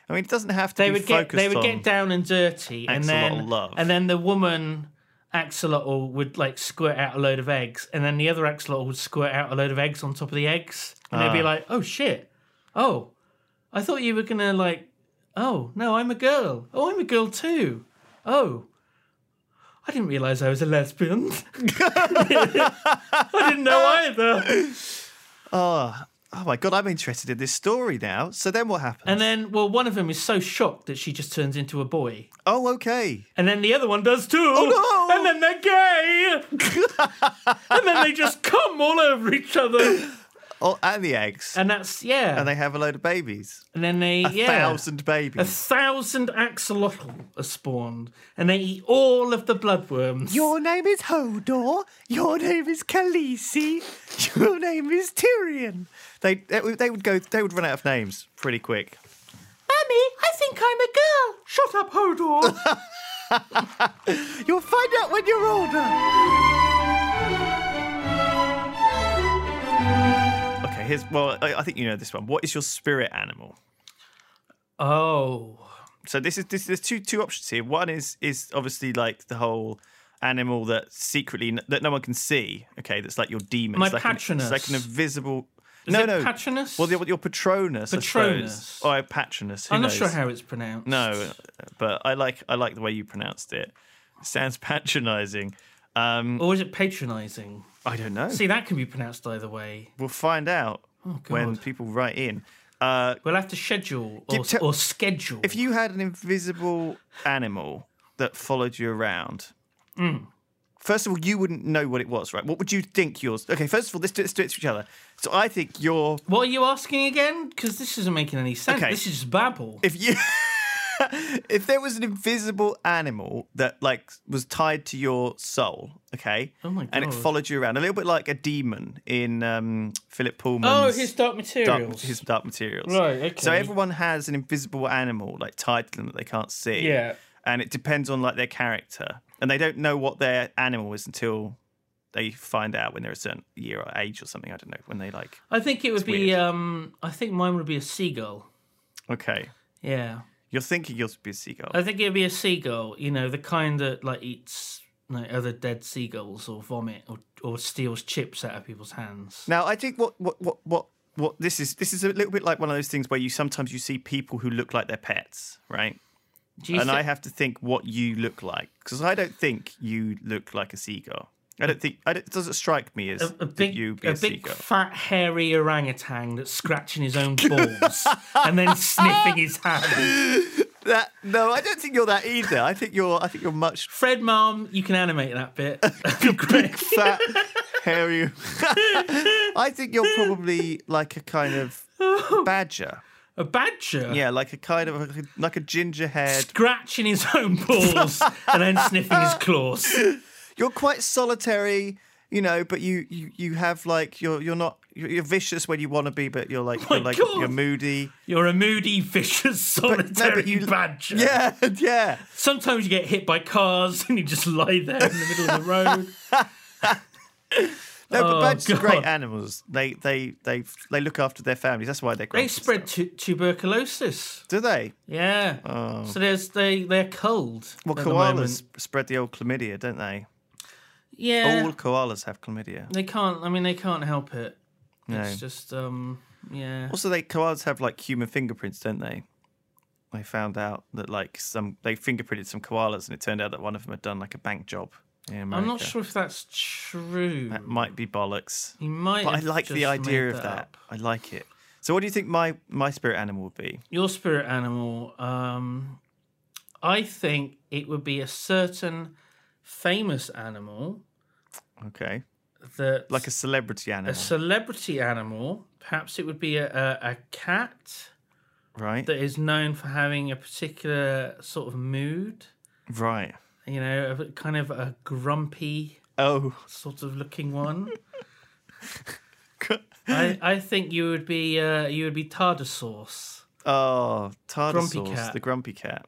Speaker 2: I mean, it doesn't have to
Speaker 3: they
Speaker 2: be
Speaker 3: would get
Speaker 2: focused
Speaker 3: they would
Speaker 2: on...
Speaker 3: get down and dirty, and then
Speaker 2: axolotl love.
Speaker 3: and then the woman axolotl would like squirt out a load of eggs, and then the other axolotl would squirt out a load of eggs on top of the eggs, and
Speaker 2: Ah.
Speaker 3: they'd be like, "Oh shit! Oh, I thought you were gonna like, oh no, I'm a girl. Oh, I'm a girl too. Oh." I didn't realize I was a lesbian. I didn't know either.
Speaker 2: Oh, oh my god, I'm interested in this story now. So then what happens?
Speaker 3: And then, well, one of them is so shocked that she just turns into a boy.
Speaker 2: oh, okay.
Speaker 3: And then the other one does too.
Speaker 2: Oh, no!
Speaker 3: And then they're gay. and then they just come all over each other.
Speaker 2: Oh, and the eggs. And,
Speaker 3: And that's yeah. And,
Speaker 2: they have a load of babies.
Speaker 3: then they
Speaker 2: A
Speaker 3: yeah.
Speaker 2: thousand
Speaker 3: A
Speaker 2: babies.
Speaker 3: thousand axolotl are spawned, and they eat all of the bloodworms.
Speaker 2: Your name is Hodor. Your name is Khaleesi. Your name is Tyrion. They, they would- they would go. They would run out of names pretty quick.
Speaker 3: Mammy, I think I'm a girl. Shut up, Hodor.
Speaker 2: You'll find out when you're older. Okay, here's well. I, I think you know this one. What is your spirit animal?
Speaker 3: oh,
Speaker 2: So this is this. There's two two options here. One is is obviously like the whole animal that secretly that no one can see. Okay, that's like your demon.
Speaker 3: My
Speaker 2: it's like An,
Speaker 3: patronus.
Speaker 2: it's like an invisible.
Speaker 3: is
Speaker 2: no,
Speaker 3: it
Speaker 2: no.
Speaker 3: Patronus.
Speaker 2: well, your, your patronus.
Speaker 3: Patronus.
Speaker 2: I suppose. Or patronus. Who
Speaker 3: I'm not
Speaker 2: knows?
Speaker 3: sure how it's pronounced.
Speaker 2: No, but I like I like the way you pronounced it. Sounds patronising. Um,
Speaker 3: Or is it patronising?
Speaker 2: I don't know.
Speaker 3: See, that can be pronounced either way.
Speaker 2: we'll find out when
Speaker 3: God.
Speaker 2: people write in. Uh,
Speaker 3: We'll have to schedule or,
Speaker 2: Give- tell-
Speaker 3: or schedule.
Speaker 2: if you had an invisible animal that followed you around,
Speaker 3: Mm.
Speaker 2: first of all, you wouldn't know what it was, right? What would you think yours? Okay, first of all, let's do, let's do it to each other. So I think your
Speaker 3: What are you asking again? Because this isn't making any sense.
Speaker 2: Okay.
Speaker 3: This is just babble.
Speaker 2: if you if there was an invisible animal that like was tied to your soul, okay,
Speaker 3: Oh my
Speaker 2: and it
Speaker 3: God.
Speaker 2: followed you around, a little bit like a demon in um, Philip
Speaker 3: oh,
Speaker 2: Pullman's
Speaker 3: his dark
Speaker 2: Dark-
Speaker 3: materials.
Speaker 2: his dark materials.
Speaker 3: Right,
Speaker 2: So
Speaker 3: okay.
Speaker 2: everyone has an invisible animal like tied to them that they can't see.
Speaker 3: Yeah.
Speaker 2: And it depends on like their character, and they don't know what their animal is until they find out when they're a certain year or age or something. I don't know when they like.
Speaker 3: I think it would be.
Speaker 2: weird.
Speaker 3: Um, I think mine would be a seagull.
Speaker 2: Okay,
Speaker 3: Yeah,
Speaker 2: you're thinking you'll be a seagull.
Speaker 3: I think it'd be a seagull. You know, the kind that like eats like other dead seagulls or vomit or or steals chips out of people's hands.
Speaker 2: Now, I think what what what what what this is this is a little bit like one of those things where you sometimes you see people who look like their pets, right?
Speaker 3: Do you
Speaker 2: and
Speaker 3: thi-
Speaker 2: I have to think what you look like because I don't think you look like a seagull. I don't think I don't, it doesn't strike me as
Speaker 3: a, a
Speaker 2: that
Speaker 3: big,
Speaker 2: you be
Speaker 3: a,
Speaker 2: a,
Speaker 3: big
Speaker 2: seagull.
Speaker 3: fat hairy orangutan that's scratching his own balls and then sniffing his hand.
Speaker 2: That- no, I don't think you're that either. I think you're I think you're much
Speaker 3: Fred, mom, you can animate that bit. That'd be great.
Speaker 2: fat, hairy. I think you're probably like a kind of
Speaker 3: Oh.
Speaker 2: badger.
Speaker 3: A badger.
Speaker 2: Yeah, like a kind of like a ginger haired.
Speaker 3: Scratching his own balls and then sniffing his claws.
Speaker 2: you're quite solitary you know but you you, you have like you're you're not you're you're vicious when you want to be but you're like
Speaker 3: Oh my
Speaker 2: you're like
Speaker 3: God.
Speaker 2: you're moody
Speaker 3: You're a moody, vicious, solitary
Speaker 2: you-
Speaker 3: badger.
Speaker 2: yeah yeah
Speaker 3: Sometimes you get hit by cars and you just lie there in the middle of the road.
Speaker 2: No, but
Speaker 3: Oh,
Speaker 2: birds are
Speaker 3: God.
Speaker 2: great animals. They they they they look after their families. That's why they're great.
Speaker 3: They spread tu- tuberculosis.
Speaker 2: Do they?
Speaker 3: Yeah. So there's they they're cold.
Speaker 2: Oh. Well,
Speaker 3: at the
Speaker 2: koalas
Speaker 3: moment. Uh,
Speaker 2: sp- spread the old chlamydia, don't they?
Speaker 3: Yeah.
Speaker 2: All koalas have chlamydia.
Speaker 3: They can't. I mean, they can't help it.
Speaker 2: No.
Speaker 3: It's just um. Yeah.
Speaker 2: Also, they koalas have like human fingerprints, don't they? They found out that like some they fingerprinted some koalas, and it turned out that one of them had done like a bank job. In
Speaker 3: I'm not
Speaker 2: America.
Speaker 3: sure if that's true.
Speaker 2: That might be bollocks,
Speaker 3: you might.
Speaker 2: but I
Speaker 3: have
Speaker 2: like the
Speaker 3: just
Speaker 2: idea
Speaker 3: made
Speaker 2: of that.
Speaker 3: up.
Speaker 2: I like it. So, what do you think my my spirit animal would be?
Speaker 3: Your spirit animal. Um, I think it would be a certain famous animal
Speaker 2: Okay,
Speaker 3: that
Speaker 2: like a celebrity
Speaker 3: a
Speaker 2: animal,
Speaker 3: celebrity animal. Perhaps it would be a, a, a cat
Speaker 2: right?
Speaker 3: that is known for having a particular sort of mood.
Speaker 2: Right.
Speaker 3: You know, a, kind of a grumpy
Speaker 2: Oh,
Speaker 3: sort of looking one. I, I think you would be uh, you would be Tardasaurus.
Speaker 2: Oh, Tardisaurus,
Speaker 3: Grumpy cat. Hmm.
Speaker 2: the grumpy cat.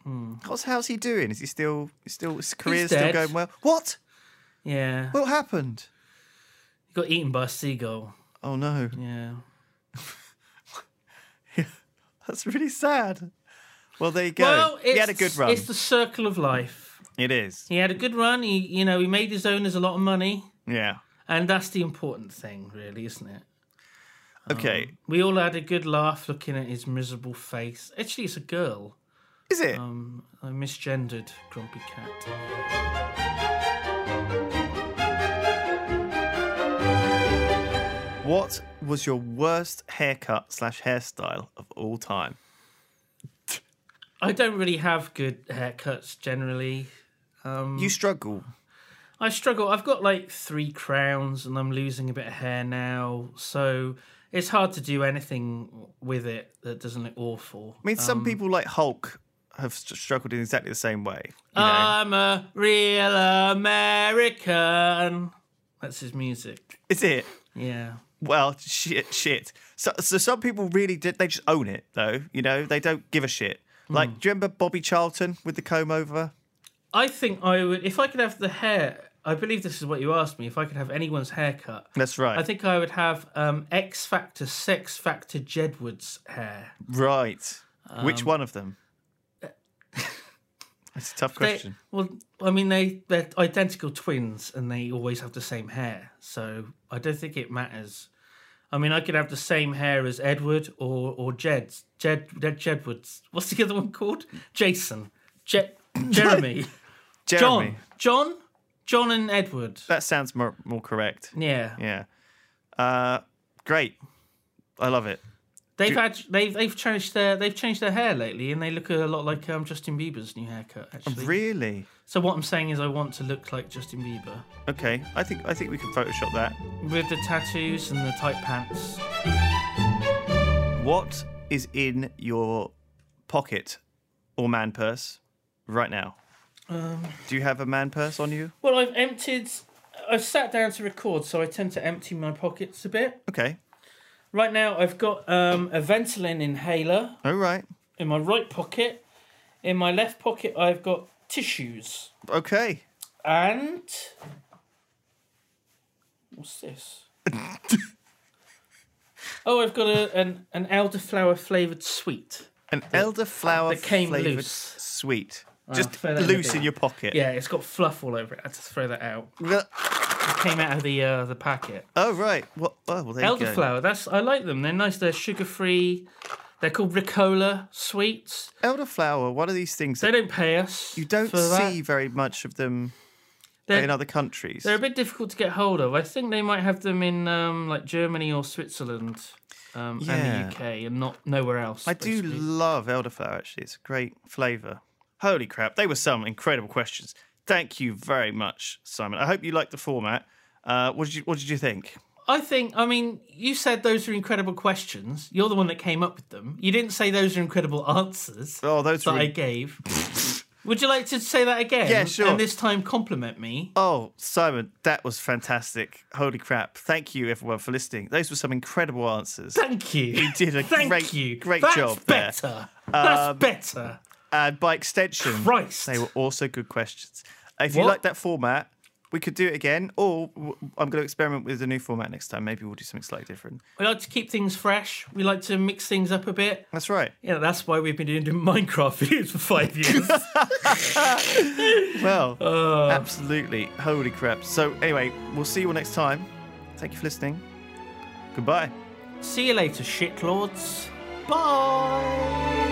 Speaker 2: What's how's he doing? Is he still is still his career's still
Speaker 3: dead.
Speaker 2: going well? What?
Speaker 3: Yeah,
Speaker 2: What happened?
Speaker 3: you got eaten by a seagull.
Speaker 2: Oh no,
Speaker 3: Yeah,
Speaker 2: that's really sad. Well, there you go. he had a good run.
Speaker 3: It's the circle of life.
Speaker 2: It is.
Speaker 3: He had a good run. He you know he made his owners a lot of money,
Speaker 2: Yeah.
Speaker 3: and that's the important thing, really, isn't it?
Speaker 2: Okay.
Speaker 3: We all had a good laugh looking at his miserable face. Actually, it's a girl.
Speaker 2: is it?
Speaker 3: Um, a misgendered grumpy cat.
Speaker 2: what was your worst haircut slash hairstyle of all time?
Speaker 3: I don't really have good haircuts generally. Um,
Speaker 2: you struggle.
Speaker 3: I struggle. I've got like three crowns and I'm losing a bit of hair now. So it's hard to do anything with it that doesn't look awful.
Speaker 2: I mean, some people like Hulk have st- struggled in exactly the same way. You know?
Speaker 3: I'm a real American. That's his music.
Speaker 2: is it?
Speaker 3: Yeah.
Speaker 2: Well, shit, shit. So, so some people really did. They just own it, though. You know, they don't give a shit.
Speaker 3: Hmm.
Speaker 2: Like, do you remember Bobby Charlton with the comb over?
Speaker 3: I think I would, if I could have the hair, I believe this is what you asked me, if I could have anyone's haircut.
Speaker 2: That's right.
Speaker 3: I think I would have um, X Factor, Sex Factor Jedward's hair.
Speaker 2: right.
Speaker 3: Um,
Speaker 2: Which one of them? It's a tough
Speaker 3: They-
Speaker 2: question.
Speaker 3: well, I mean, they they're identical twins, and they always have the same hair. So I don't think it matters. I mean, I could have the same hair as Edward or or Jed Jed Jed Jedwards. What's the other one called? Jason, Je- Jeremy,
Speaker 2: Jeremy.
Speaker 3: John, John, John, and Edward.
Speaker 2: That sounds more, more correct.
Speaker 3: Yeah,
Speaker 2: Yeah. Uh, great. I love it.
Speaker 3: they've had they've they've changed their they've changed their hair lately, and they look a lot like um, Justin Bieber's new haircut. Actually,
Speaker 2: Really?
Speaker 3: so what I'm saying is, I want to look like Justin Bieber
Speaker 2: Okay. I think I think we can Photoshop that.
Speaker 3: with the tattoos and the tight pants.
Speaker 2: What is in your pocket or man purse right now?
Speaker 3: Um,
Speaker 2: Do you have a man purse on you?
Speaker 3: Well, I've emptied. I've sat down to record, so I tend to empty my pockets a bit.
Speaker 2: Okay.
Speaker 3: Right now, I've got um, a Ventolin inhaler
Speaker 2: All right.
Speaker 3: in my right pocket. In my left pocket, I've got tissues.
Speaker 2: Okay.
Speaker 3: And. What's this? oh, I've got a, an, an elderflower flavoured sweet.
Speaker 2: An elderflower
Speaker 3: that came
Speaker 2: flavored
Speaker 3: loose. Ah,
Speaker 2: sweet. Just
Speaker 3: throw that in the
Speaker 2: loose in
Speaker 3: bin.
Speaker 2: your pocket.
Speaker 3: Yeah, it's got fluff all over it. I had to throw that out.
Speaker 2: Well,
Speaker 3: It came out of the uh, the packet.
Speaker 2: Oh right. What? Oh well, there you go.
Speaker 3: Elderflower. That's I like them. They're nice. They're sugar free. They're called Ricola sweets.
Speaker 2: Elderflower. One of these things
Speaker 3: They
Speaker 2: that
Speaker 3: don't pay us.
Speaker 2: you don't
Speaker 3: for that.
Speaker 2: see very much of them
Speaker 3: They're,
Speaker 2: in other countries.
Speaker 3: they're a bit difficult to get hold of. I think they might have them in um, like Germany or Switzerland, um,
Speaker 2: Yeah.
Speaker 3: and the UK, and not nowhere else.
Speaker 2: I do
Speaker 3: basically.
Speaker 2: love elderflower. Actually, it's a great flavour. Holy crap! They were some incredible questions. Thank you very much, Simon. I hope you liked the format. Uh, what did you What did you think?
Speaker 3: I think. I mean, you said those are incredible questions. You're the one that came up with them. You didn't say those are incredible answers
Speaker 2: Oh, those
Speaker 3: that
Speaker 2: were.
Speaker 3: I gave. Would you like to say that again?
Speaker 2: Yeah, sure.
Speaker 3: And this time compliment me.
Speaker 2: Oh, Simon, that was fantastic. Holy crap. Thank you, everyone, for listening. Those were some incredible answers.
Speaker 3: Thank you. You
Speaker 2: did a
Speaker 3: Thank
Speaker 2: great-
Speaker 3: you.
Speaker 2: great
Speaker 3: That's
Speaker 2: job there. Um,
Speaker 3: Better. That's better.
Speaker 2: And by extension,
Speaker 3: Christ.
Speaker 2: they were also good questions. If you
Speaker 3: What?
Speaker 2: like that format, we could do it again, or w- I'm going to experiment with a new format next time. Maybe we'll do something slightly different.
Speaker 3: We like to keep things fresh. We like to mix things up a bit.
Speaker 2: That's right.
Speaker 3: Yeah, that's why we've been doing Minecraft videos for five years.
Speaker 2: Well, absolutely. Holy crap. So, anyway, we'll see you all next time. Thank you for listening. Goodbye.
Speaker 3: See you later, shitlords.
Speaker 2: Bye.